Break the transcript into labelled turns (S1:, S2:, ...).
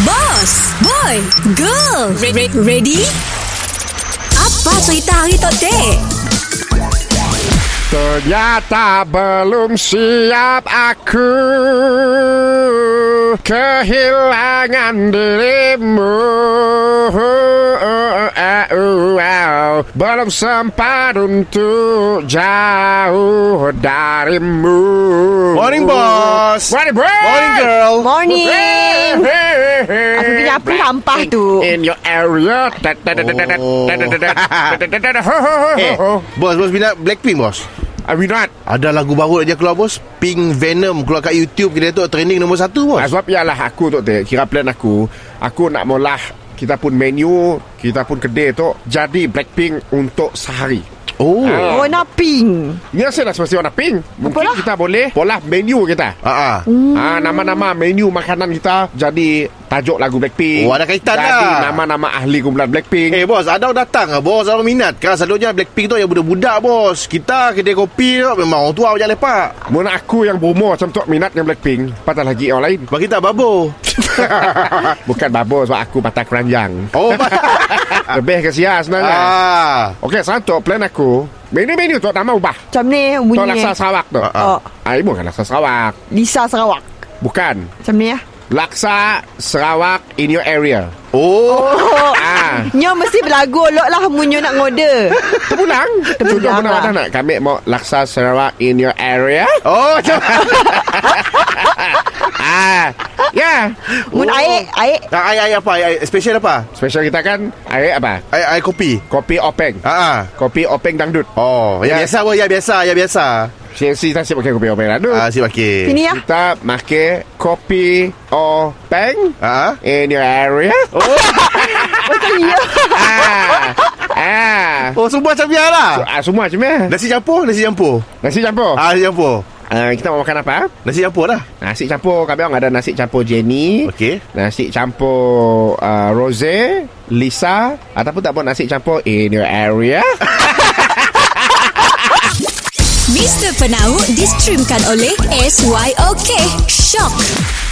S1: Boss, boy, girl, Re- re- ready? Apa cerita hari tote?
S2: Ternyata belum siap aku Kehilangan dirimu Eh, Belum sempat untuk jauh darimu
S3: Morning, boss.
S2: Morning boss
S3: Morning, girl.
S2: Hey,
S4: Morning.
S2: hey, hey.
S4: Aku pergi nyapu sampah tu.
S2: In your area
S3: Oh. Eh,
S2: Oh
S3: bos, bos minat Blackpink, bos.
S2: Are we not?
S3: Ada lagu baru dia keluar, bos. Pink Venom keluar kat YouTube. Kita tu trending nombor satu,
S2: Ah,
S3: bos.
S2: sebab ialah aku tu Tok, Kira plan aku Aku nak mula Kita pun menu Kita pun kedai tu Jadi Blackpink Untuk sehari
S3: Oh.
S2: Ah.
S4: Oh, nak pink.
S2: Ya saya dah semestinya warna pink Mungkin
S4: Apalah.
S2: kita boleh Pola menu kita
S3: Ah, ah.
S2: Ah, nama-nama menu makanan kita jadi tajuk lagu Blackpink.
S3: Oh, ada kaitan
S2: Jadi
S3: lah.
S2: nama-nama ahli kumpulan Blackpink.
S3: Eh bos, ada orang datang ah bos, ada orang minat kan selalunya Blackpink tu yang budak-budak bos. Kita kedai kopi tu memang orang tua banyak lepak.
S2: Mun aku yang berumur macam tu minat dengan Blackpink, patah lagi orang lain.
S3: Bagi kita babo. Ah.
S2: Bukan babos sebab aku patah keranjang.
S3: Oh. ba-
S2: Lebih ke sia sebenarnya.
S3: ah.
S2: Okey, sekarang tu plan aku. Menu-menu tu nama ubah.
S4: Macam ni eh,
S2: Tu
S4: bunyi.
S2: laksa Sarawak tu.
S3: Ah,
S4: ah.
S2: Ah, ini bukan laksa Sarawak.
S4: Lisa Sarawak.
S2: Bukan.
S4: Macam ni ya.
S2: Laksa Sarawak in your area.
S3: Oh.
S4: Oh,
S2: Ah.
S4: Nyo mesti berlagu lot lah munyo nak ngode.
S2: Terpulang. Contoh
S4: Terpulang
S2: mana
S4: lah.
S2: mana nak kami mau laksa Sarawak in your area.
S3: Oh, macam
S2: Ah. Ya.
S4: Mun air, air.
S3: Ah, air, air apa? Air, air special apa?
S2: Special kita kan air apa?
S3: Air, air kopi.
S2: Kopi openg.
S3: Ha ah.
S2: Kopi openg dangdut.
S3: Oh, yang
S2: Ya.
S3: biasa bos, yang biasa, yang biasa.
S2: CNC tak siap pakai kopi openg dangdut.
S3: Ah, si pakai.
S4: Sini ya.
S2: Kita pakai kopi openg.
S3: Ah. ah.
S2: In your area
S3: Oh,
S4: Macam ya.
S2: Ah Ah
S3: oh semua macam biar lah.
S2: Ah, semua macam mana?
S3: Nasi campur, nasi campur.
S2: Nasi campur.
S3: Ah, nasi campur.
S2: Ah, kita mau makan apa?
S3: Nasi campur dah.
S2: Nasi campur. Kami orang ada nasi campur Jenny.
S3: Okey.
S2: Nasi campur uh, Rose, Lisa ataupun tak pun nasi campur in your area.
S1: Mr. Penau distreamkan oleh SYOK Shock.